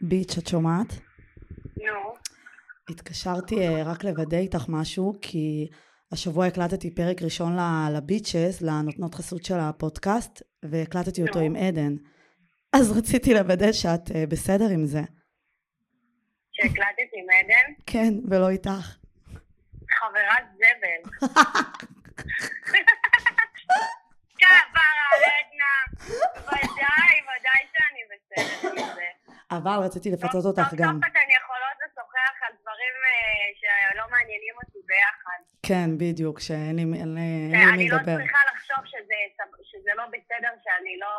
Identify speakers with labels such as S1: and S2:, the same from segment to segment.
S1: ביץ', את שומעת?
S2: נו,
S1: התקשרתי אה, רק לוודא איתך משהו, כי השבוע הקלטתי פרק ראשון ל- לביצ'ס, לנותנות חסות של הפודקאסט, והקלטתי אותו
S2: נו.
S1: עם עדן. אז רציתי לוודא שאת אה, בסדר עם זה.
S2: שהקלטת עם עדן?
S1: כן, ולא איתך.
S2: חברת זבל. כפרה, עדנה. ודאי, ודאי שאני בסדר עם זה.
S1: אבל רציתי לפצות
S2: סוף-
S1: אותך גם.
S2: סוף סוף אתן יכולות לשוחח על דברים אה, שלא מעניינים אותי ביחד.
S1: כן, בדיוק, שאין לי אין לי- אין לי עם
S2: אני
S1: מי
S2: לא
S1: לדבר.
S2: צריכה לחשוב שזה- שזה לא בסדר, שאני לא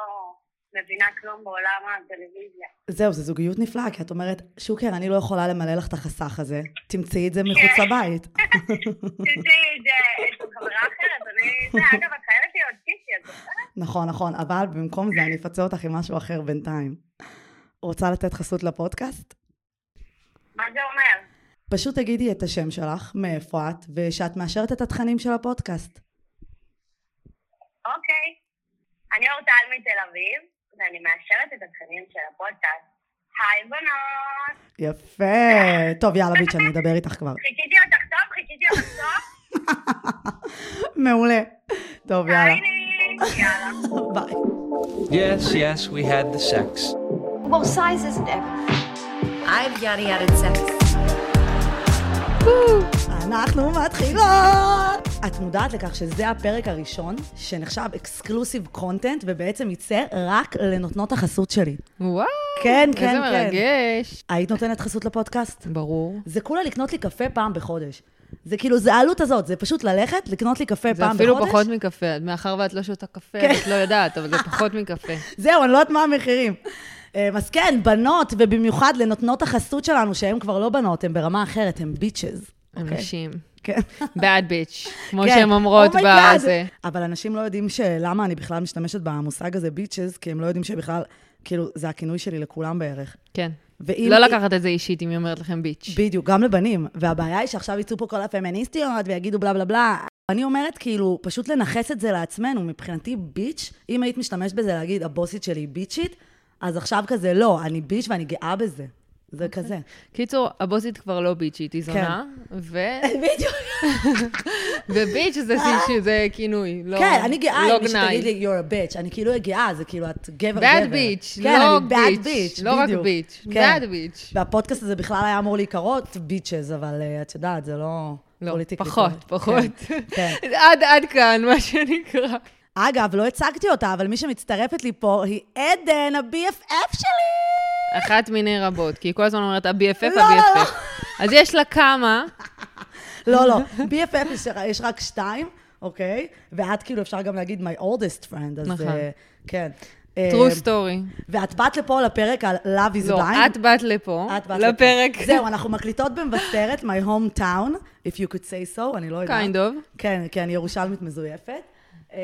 S2: מבינה כלום בעולם הטלוויזיה.
S1: זהו, זו זוגיות נפלאה, כי את אומרת, שוקר, אני לא יכולה למלא לך את החסך הזה. תמצאי
S2: כן.
S1: את זה מחוץ לבית.
S2: תדעי, זה- יש לי חברה אחרת, אני... זה, אגב, את חייבת לי עוד קישי, את זוכרת?
S1: נכון, נכון, אבל במקום זה אני אפצה אותך עם משהו אחר בינתיים. רוצה לתת חסות לפודקאסט?
S2: מה זה אומר?
S1: פשוט תגידי את השם שלך, מאיפה את, ושאת מאשרת את התכנים של הפודקאסט.
S2: אוקיי. אני אורטל מתל אביב, ואני מאשרת את התכנים של הפודקאסט. היי בנות!
S1: יפה. טוב, יאללה ביץ', אני אדבר איתך כבר.
S2: חיכיתי אותך טוב? חיכיתי אותך טוב?
S1: מעולה. טוב, יאללה.
S2: היי לי! יאללה.
S1: ביי.
S3: Yes, yes, we had the sex.
S4: Well, size isn't everything. I've yada yada sex.
S1: אנחנו מתחילות! את מודעת לכך שזה הפרק הראשון שנחשב אקסקלוסיב קונטנט ובעצם יצא רק לנותנות החסות שלי.
S5: וואו,
S1: כן, כן,
S5: איזה
S1: כן.
S5: מרגש.
S1: היית נותנת חסות לפודקאסט?
S5: ברור.
S1: זה כולה לקנות לי קפה פעם בחודש. זה כאילו, זה העלות הזאת, זה פשוט ללכת, לקנות לי קפה
S5: זה
S1: פעם
S5: אפילו
S1: בחודש.
S5: פחות מקפה, מאחר ואת לא שותה קפה,
S1: כן.
S5: את לא יודעת, אבל זה פחות מקפה.
S1: זהו, אני לא יודעת מה המחירים. אה, אז כן, בנות, ובמיוחד לנותנות החסות שלנו, שהן כבר לא בנות, הן ברמה אחרת, הן ביצ'ז. אוקיי?
S5: אנשים.
S1: כן.
S5: bad bitch, כמו
S1: כן.
S5: שהן אומרות
S1: Oh my God.
S5: בזה.
S1: אבל אנשים לא יודעים ש- למה אני בכלל משתמשת במושג הזה ביצ'ס, כי הם לא יודעים שבכלל, כאילו, זה הכינוי שלי לכולם בערך.
S5: כן.
S1: ואם...
S5: לא לקחת את זה אישית אם היא אומרת לכם ביץ'.
S1: בדיוק, גם לבנים. והבעיה היא שעכשיו יצאו פה כל הפמיניסטיות ויגידו בלה בלה בלה. אני אומרת, כאילו, פשוט לנכס את זה לעצמנו. מבחינתי, ביץ', אם היית משתמשת בזה להגיד, הבוסית שלי היא ביצ'ית, אז עכשיו כזה, לא, אני ביץ' ואני גאה בזה. זה
S5: אוקיי.
S1: כזה.
S5: קיצור, הבוסית כבר לא
S1: כן.
S5: ביצ'ית, היא זונה, ו-
S1: בדיוק.
S5: וביץ' זה אישי, זה כינוי, לא
S1: אה. כן, אני גאה
S5: לא
S1: אם מישהו תגיד
S5: גנאי.
S1: לי, you're a bitch. אני כאילו גאה, זה כאילו, את גבר גבר.
S5: bad bitch,
S1: כן,
S5: לא
S1: אני bad
S5: ביץ',
S1: bitch,
S5: לא רק
S1: בדיוק.
S5: ביץ',
S1: כן.
S5: bad bitch.
S1: והפודקאסט הזה בכלל היה אמור להיקרות ביצ'ז, אבל אה, את יודעת, זה לא...
S5: לא,
S1: פוליטיקלי
S5: פחות,
S1: קורקט.
S5: פחות.
S1: כן, כן.
S5: עד עד כאן, מה שנקרא.
S1: אגב, לא הצגתי אותה, אבל מי שמצטרפת לי פה היא עדן, ה-BFF שלי!
S5: אחת מיני רבות, כי היא כל הזמן אומרת, ה-BFF,
S1: לא, לא,
S5: ה-BFF. אז יש לה כמה,
S1: לא, לא, BFF יש, יש רק שתיים, אוקיי? ואת כאילו, אפשר גם להגיד my oldest friend, אז...
S5: נכון.
S1: אה, כן.
S5: true story.
S1: ואת באת לפה לפרק על Love is
S5: לא,
S1: Blind.
S5: את באת לפה,
S1: את באת
S5: לפרק.
S1: לפה. זהו, אנחנו מקליטות במבשרת, my hometown, if you could say so, אני לא יודעת.
S5: kind of.
S1: כן, כי אני ירושלמית מזויפת. אמ,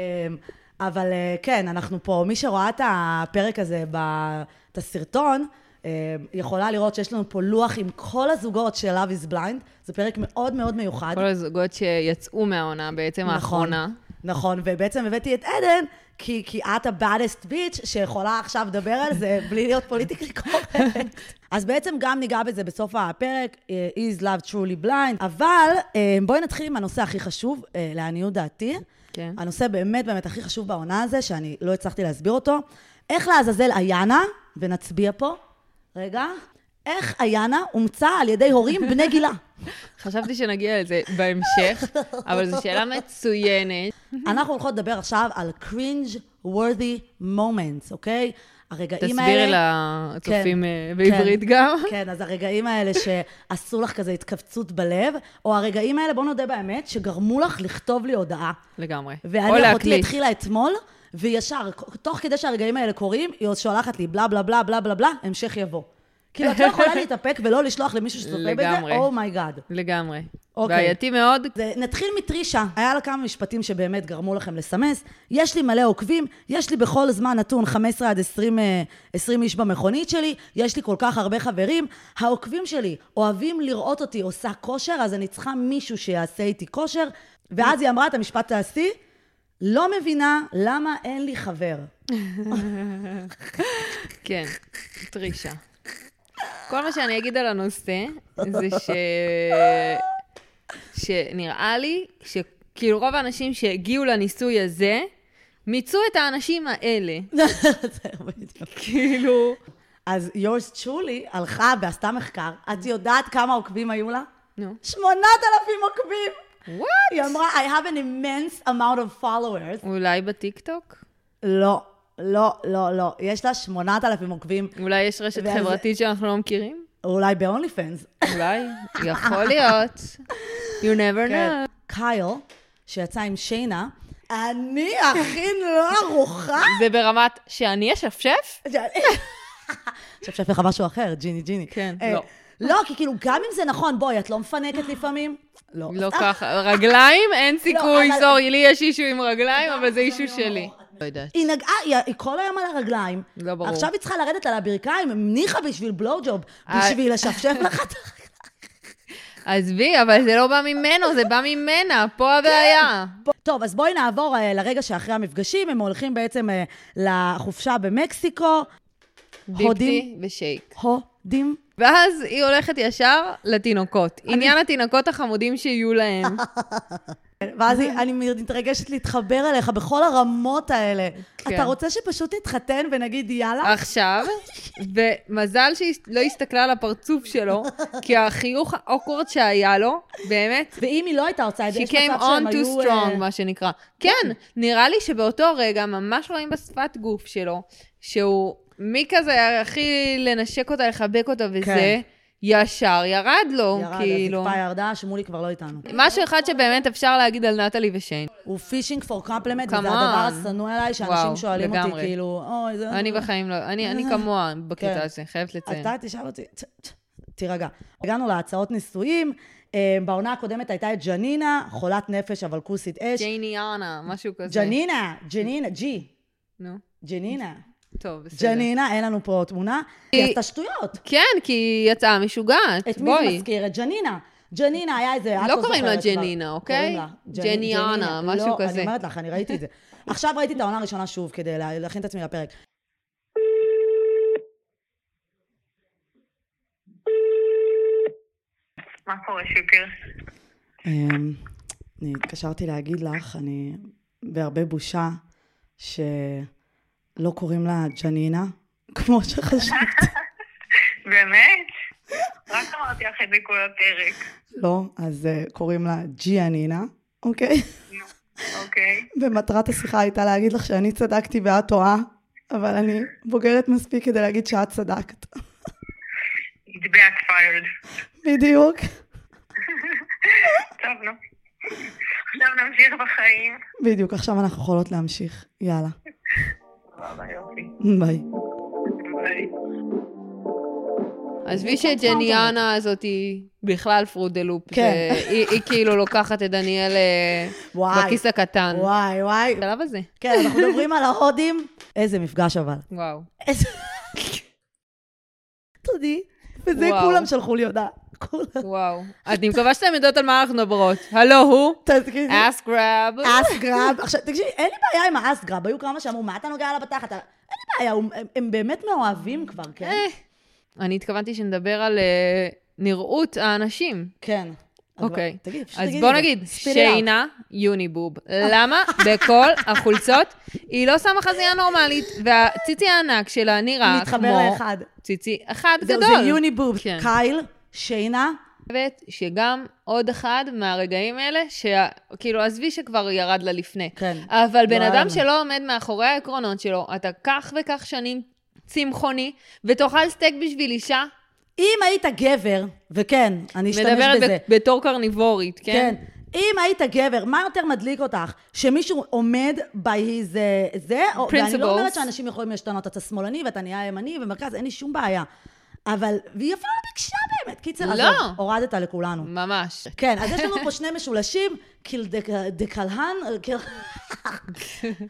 S1: אבל אה, כן, אנחנו פה, מי שרואה את הפרק הזה, ב- את הסרטון, אמ, יכולה לראות שיש לנו פה לוח עם כל הזוגות של Love is Blind. זה פרק מאוד מאוד מיוחד.
S5: כל הזוגות שיצאו מהעונה בעצם, האחרונה.
S1: נכון, ובעצם הבאתי את עדן, כי, כי את הבאדסט ביץ' שיכולה עכשיו לדבר על זה בלי להיות פוליטיקלי קורקט. אז בעצם גם ניגע בזה בסוף הפרק, אה, is love truly blind, אבל אה, בואי נתחיל עם הנושא הכי חשוב, אה, לעניות דעתי.
S5: כן.
S1: הנושא באמת באמת הכי חשוב בעונה הזה, שאני לא הצלחתי להסביר אותו. איך לעזאזל איינה, ונצביע פה, רגע, איך איינה אומצה על ידי הורים בני גילה?
S5: חשבתי שנגיע לזה בהמשך,
S1: לא.
S5: אבל זו שאלה מצוינת.
S1: Mm-hmm. אנחנו הולכות לדבר עכשיו על cringe worthy moments, אוקיי? הרגעים האלה...
S5: תסבירי לצופים
S1: כן,
S5: אה,
S1: כן,
S5: בעברית גם.
S1: כן, אז הרגעים האלה שעשו לך כזה התכווצות בלב, או הרגעים האלה, בוא נודה באמת, שגרמו לך לכתוב לי הודעה.
S5: לגמרי. או
S1: ואני אחותי
S5: להקליט.
S1: התחילה אתמול, וישר, תוך כדי שהרגעים האלה קורים, היא עוד שולחת לי בלה בלה בלה בלה בלה בלה, המשך יבוא. כאילו, את לא יכולה להתאפק ולא לשלוח למישהו שצופה בזה, oh
S5: לגמרי.
S1: אומייגאד.
S5: לגמרי.
S1: אוקיי.
S5: בעייתי מאוד.
S1: זה- נתחיל מטרישה. היה לה כמה משפטים שבאמת גרמו לכם לסמס. יש לי מלא עוקבים, יש לי בכל זמן נתון 15 עד 20, אה, 20 איש במכונית שלי, יש לי כל כך הרבה חברים. העוקבים שלי אוהבים לראות אותי עושה כושר, אז אני צריכה מישהו שיעשה איתי כושר. ואז היא אמרה את המשפט השיא, לא מבינה למה אין לי חבר.
S5: כן, טרישה. כל מה שאני אגיד על הנושא, זה ש... שנראה לי שכאילו רוב האנשים שהגיעו לניסוי הזה, מיצו את האנשים האלה.
S1: זהו, בדיוק.
S5: כאילו...
S1: אז יורס צ'ולי הלכה ועשתה מחקר, את יודעת כמה עוקבים היו לה?
S5: נו.
S1: 8,000 עוקבים!
S5: וואט?
S1: היא אמרה, I have an immense amount of followers.
S5: אולי בטיקטוק?
S1: לא, לא, לא, לא. יש לה 8,000 עוקבים,
S5: אולי יש רשת
S1: ואז-
S5: חברתית שאנחנו לא מכירים?
S1: אולי ב-only fans.
S5: אולי. יכול להיות. You never
S1: כן.
S5: know.
S1: קייל, שיצא עם שיינה, אני הכי לא ערוכה.
S5: זה ברמת שאני אשפשף?
S1: עכשיו שפך משהו אחר, ג'יני ג'יני.
S5: כן,
S1: אה,
S5: לא.
S1: לא, כי כאילו, גם אם זה נכון, בואי, את לא מפנקת לפעמים? לא.
S5: לא
S1: אז-
S5: ככה. רגליים? אין סיכוי,
S1: אבל-
S5: סורי, לי יש אישו עם רגליים, אבל זה אישו שלי. לא יודעת.
S1: היא נגעה, היא, היא כל היום על הרגליים.
S5: לא ברור.
S1: עכשיו היא צריכה לרדת על הברכיים, ניחא בשביל בלואו ג'וב,
S5: אה.
S1: בשביל לשפשף לך את הרגליים.
S5: עזבי, אבל זה לא בא ממנו, זה בא ממנה, פה הבעיה.
S1: בוא- טוב, אז בואי נעבור אה, לרגע שאחרי המפגשים, הם הולכים בעצם אה, לחופשה במקסיקו.
S5: ביפטי ושייק.
S1: הודים.
S5: ואז היא הולכת ישר לתינוקות. עניין התינוקות החמודים שיהיו להם.
S1: ואז היא- אני מתרגשת להתחבר אליך בכל הרמות האלה.
S5: כן.
S1: אתה רוצה שפשוט נתחתן ונגיד יאללה?
S5: עכשיו, ומזל שהיא לא הסתכלה על הפרצוף שלו, כי החיוך האוקוורד שהיה לו, באמת,
S1: ואם היא לא הייתה רוצה את זה,
S5: She
S1: יש
S5: came
S1: מצב שהם
S5: on
S1: היו...
S5: too strong,
S1: אה,
S5: מה שנקרא. כן, נראה לי שבאותו רגע ממש רואים בשפת גוף שלו, שהוא מכזה הכי לנשק אותה, לחבק אותה וזה,
S1: כן.
S5: ישר ירד לו,
S1: ירד,
S5: כאילו.
S1: הזקפה ירדה, שמולי כבר לא איתנו.
S5: משהו אחד שבאמת אפשר להגיד על נטלי ושיין.
S1: הוא פישינג פור קומפלמנט, וזה
S5: Come
S1: הדבר
S5: on.
S1: השנוא עליי, שאנשים
S5: וואו,
S1: שואלים אותי,
S5: לגמרי.
S1: כאילו, אוי, זה...
S5: אני בחיים לא, אני אני כמוה
S1: כן.
S5: בקטע הזה, חייבת לציין.
S1: אתה תשאל אותי, "צ- צ- תירגע. הגענו להצעות נישואים, אה, בעונה הקודמת הייתה את ג'נינה, חולת נפש אבל כוסית אש.
S5: ג'ייניאנה, משהו כזה.
S1: ג'נינה, ג'נינה, ג'י,
S5: נו,
S1: ג'נינה.
S5: טוב, בסדר.
S1: ג'נינה, אין לנו פה תמונה,
S5: היא-
S1: היא עשתה שטויות.
S5: כן, כי היא יצאה משוגעת.
S1: את מי זה
S5: בואי.
S1: מזכיר? את ג'נינה. ג'נינה היה איזה... את
S5: לא קוראים לה
S1: זוכרת כבר.
S5: ג'נינה, אוקיי?
S1: קוראים לה ג'ני-
S5: ג'ניאנה,
S1: ג'נינה.
S5: משהו
S1: לא,
S5: כזה.
S1: אני אומרת לך, אני ראיתי את זה. עכשיו ראיתי את העונה הראשונה שוב כדי לה- להכין את עצמי לפרק.
S2: מה קורה, שיקר?
S1: אמ, אני התקשרתי להגיד לך, אני בהרבה בושה, שלא קוראים לה ג'נינה, כמו שחשבתי.
S2: באמת? רק אמרתי לך את זה כל הפרק.
S1: לא, אז אה, קוראים לה ג'יאנינה, אוקיי?
S2: אוקיי.
S1: ומטרת השיחה הייתה להגיד לך שאני צדקתי ואת טועה, אבל אני בוגרת מספיק כדי להגיד שאת צדקת.
S2: It backfired.
S1: בדיוק.
S2: טוב, נו. עכשיו נמשיך בחיים.
S1: בדיוק, עכשיו אנחנו יכולות להמשיך. יאללה,
S2: סבבה, יופי.
S1: ביי.
S2: ביי.
S5: עזבי שג'ניאנה הזאת היא בכלל פרודלופ.
S1: כן.
S5: זה- היא היא כאילו לוקחת את דניאל אה,
S1: וואי.
S5: בכיס הקטן.
S1: וואי, וואי.
S5: בשלב הזה.
S1: כן, אנחנו מדברים על ההודים. איזה מפגש אבל.
S5: וואו.
S1: איזה... תודי. וזה
S5: וואו.
S1: כולם שלחו לי הודעה. כולם.
S5: וואו. את- אני מקווה שאתן יודעות על מה אנחנו מדברות. הלו הוא?
S1: תגידי.
S5: אס גראב.
S1: אה. אסגרב. עכשיו, תקשיבי, אין לי בעיה עם האסגרב. היו כמה שאמרו, מה אתה נוגע לה בתחת? אין לי בעיה, הוא- הם- הם באמת מאוהבים כבר, כן?
S5: אה, אני התכוונתי שנדבר על אה, נראות האנשים.
S1: כן. אז
S5: אוקיי.
S1: בוא- תגידי, פשוט
S5: אז
S1: תגידי
S5: בוא
S1: את זה.
S5: נגיד,
S1: Spit it out.
S5: שיינה יוניבוב. למה בכל החולצות היא לא שמה חזייה נורמלית, והציצי הענק שלה נראה כמו...
S1: מתחבר לאחד.
S5: ציצי אחד
S1: זהו,
S5: גדול.
S1: זה יוניבוב.
S5: כן.
S1: קייל, שינה.
S5: חושבת שגם עוד אחד מהרגעים האלה, שכאילו, עזבי שכבר ירד לה לפני.
S1: כן.
S5: אבל בן
S1: לא היה
S5: אדם
S1: לנו.
S5: שלא עומד מאחורי העקרונות שלו, אתה כך וכך שנים צמחוני, ותאכל סטייק בשביל אישה,
S1: אם היית גבר, וכן, אני אשתמש בזה.
S5: מדברת ב- בתור קרניבורית, כן?
S1: כן. אם היית גבר, מה יותר מדליק אותך? שמישהו עומד by his... אה, זה? או- ואני
S5: Principles.
S1: לא אומרת שאנשים יכולים להשתנות. אתה שמאלני ואתה נהיה ימני ומרכז, אין לי שום בעיה. אבל, והיא אפילו לא ביקשה באמת. קיצר,
S5: לא.
S1: עזוב, הורדת לכולנו.
S5: ממש.
S1: כן, אז יש לנו פה שני משולשים, קיל דק- דקלהן, אה, קיל-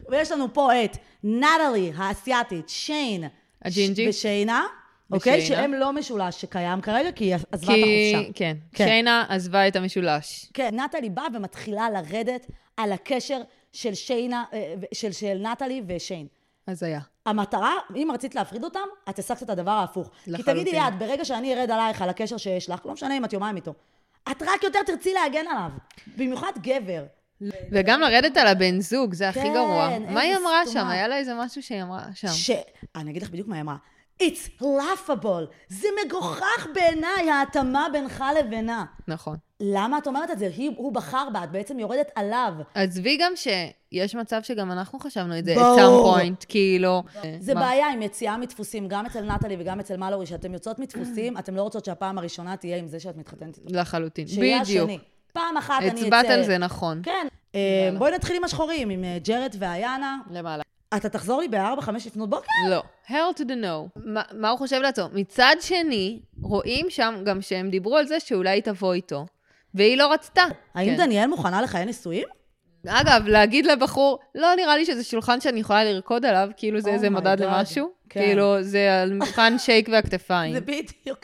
S1: ויש לנו פה את נטלי האסייתית, שיין.
S5: הג'ינג'י.
S1: ושיינה, אוקיי?
S5: ושיינה.
S1: שהם לא משולש שקיים כרגע, כי היא עזבה את
S5: כי...
S1: החופשה.
S5: כן.
S1: כן.
S5: שיינה עזבה את המשולש.
S1: כן, נטלי באה ומתחילה לרדת על הקשר של שיינה, אה, של, של נטלי ושיין.
S5: אז היה.
S1: המטרה, אם רצית להפריד אותם, את השגת את הדבר ההפוך. כי
S5: לחלוטין.
S1: תגידי ליאת, ברגע שאני ארד עלייך על הקשר שיש לך, לא משנה אם את יומיים איתו, את רק יותר תרצי להגן עליו. במיוחד גבר.
S5: וגם לרדת על הבן זוג, זה הכי
S1: כן,
S5: גרוע.
S1: איזה
S5: מה היא אמרה
S1: סתומה.
S5: שם? היה לה איזה משהו שהיא אמרה שם.
S1: ש... אני אגיד לך בדיוק מה היא אמרה. It's laughable. זה מגוחך בעיניי, ההתאמה בינך לבינה.
S5: נכון.
S1: למה את אומרת את זה? היא, הוא בחר בה, את בעצם יורדת עליו.
S5: עזבי גם שיש מצב שגם אנחנו חשבנו את זה,
S1: ברור.
S5: at some point, כאילו.
S1: זה
S5: מה?
S1: בעיה עם יציאה מדפוסים, גם אצל נטלי וגם אצל מלורי, שאתן יוצאות מדפוסים, אתן לא רוצות שהפעם הראשונה תהיה עם זה שאת מתחתנת איתו.
S5: לחלוטין.
S1: שיהיה
S5: בדיוק.
S1: השני. פעם אחת אני אצא...
S5: הצבעת על זה נכון.
S1: כן. אה, בואי נתחיל עם השחורים, עם אה, ג'רד ואיינה.
S5: למעלה.
S1: אתה תחזור לי ב-4-5 לפנות בוקר?
S5: לא. hell to the no. ما, מה הוא חושב לעצמו? מצד שני, רואים שם גם שהם דיברו על זה שאולי היא תבוא איתו. והיא לא רצתה.
S1: האם דניאל מוכנה לחיי נישואים?
S5: אגב, להגיד לבחור, לא נראה לי שזה שולחן שאני יכולה לרקוד עליו, כאילו זה
S1: Oh
S5: איזה
S1: my
S5: מדד
S1: God.
S5: למשהו.
S1: כן.
S5: כאילו, זה על מבחן שייק והכתפיים.
S1: זה בדיוק.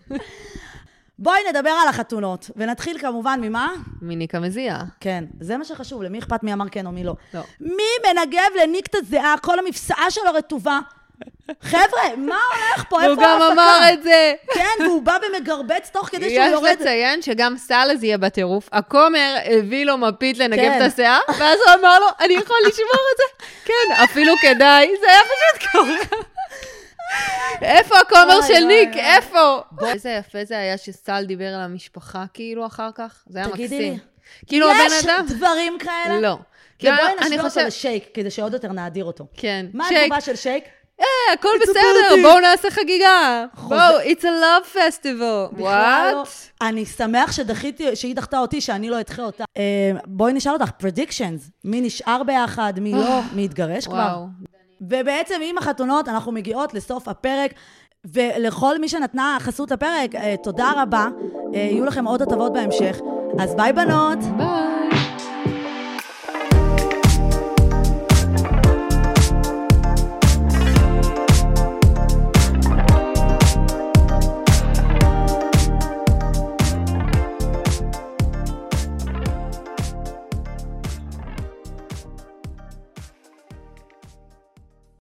S1: בואי נדבר על החתונות, ונתחיל כמובן ממה?
S5: מניקה מזיעה.
S1: כן, זה מה שחשוב, למי אכפת מי אמר כן או מי לא.
S5: לא.
S1: מי מנגב לניק את הזיעה, כל המפסעה שלו רטובה? חבר'ה, מה הולך פה?
S5: הוא
S1: איפה
S5: גם
S1: ההפקה?
S5: אמר את זה.
S1: כן, והוא בא ומגרבץ תוך כדי שהוא
S5: יש
S1: יורד.
S5: לציין שגם סאלז יהיה בטירוף. הכומר הביא לו מפית לנגב
S1: כן.
S5: את השיער, ואז הוא אמר לו, אני יכול לשמור את זה? כן, אפילו כדאי, זה היה פשוט ככה. איפה הכומר
S1: אוי,
S5: של
S1: אוי,
S5: ניק?
S1: אוי.
S5: איפה? איזה יפה זה היה שסל דיבר על המשפחה כאילו אחר כך. זה היה
S1: תגידי
S5: מקסים.
S1: לי,
S5: כאילו הבן אדם...
S1: יש דברים כאלה?
S5: לא.
S1: ובואי
S5: כאילו, אני
S1: נשווה אותו
S5: חושב-
S1: לשייק, כדי שעוד יותר נאדיר אותו.
S5: כן,
S1: מה
S5: שייק.
S1: התגובה של שייק?
S5: אה, הכל
S1: תצפו
S5: בסדר,
S1: אותי.
S5: בואו נעשה חגיגה.
S1: חוזה-
S5: בואו, it's a love festival.
S1: בכלל לא.
S5: וואט?
S1: אני שמח שדחיתי, שהיא דחתה אותי, שאני לא אדחה אותה. אה, בואי נשאל אותך, predictions, מי נשאר ביחד, מי לא, מי התגרש כבר.
S5: אה, וואו.
S1: ובעצם עם החתונות אנחנו מגיעות לסוף הפרק. ולכל מי שנתנה חסות לפרק, אה, תודה רבה. אה, יהיו לכם עוד הטבות בהמשך. אז ביי בנות.
S5: ביי.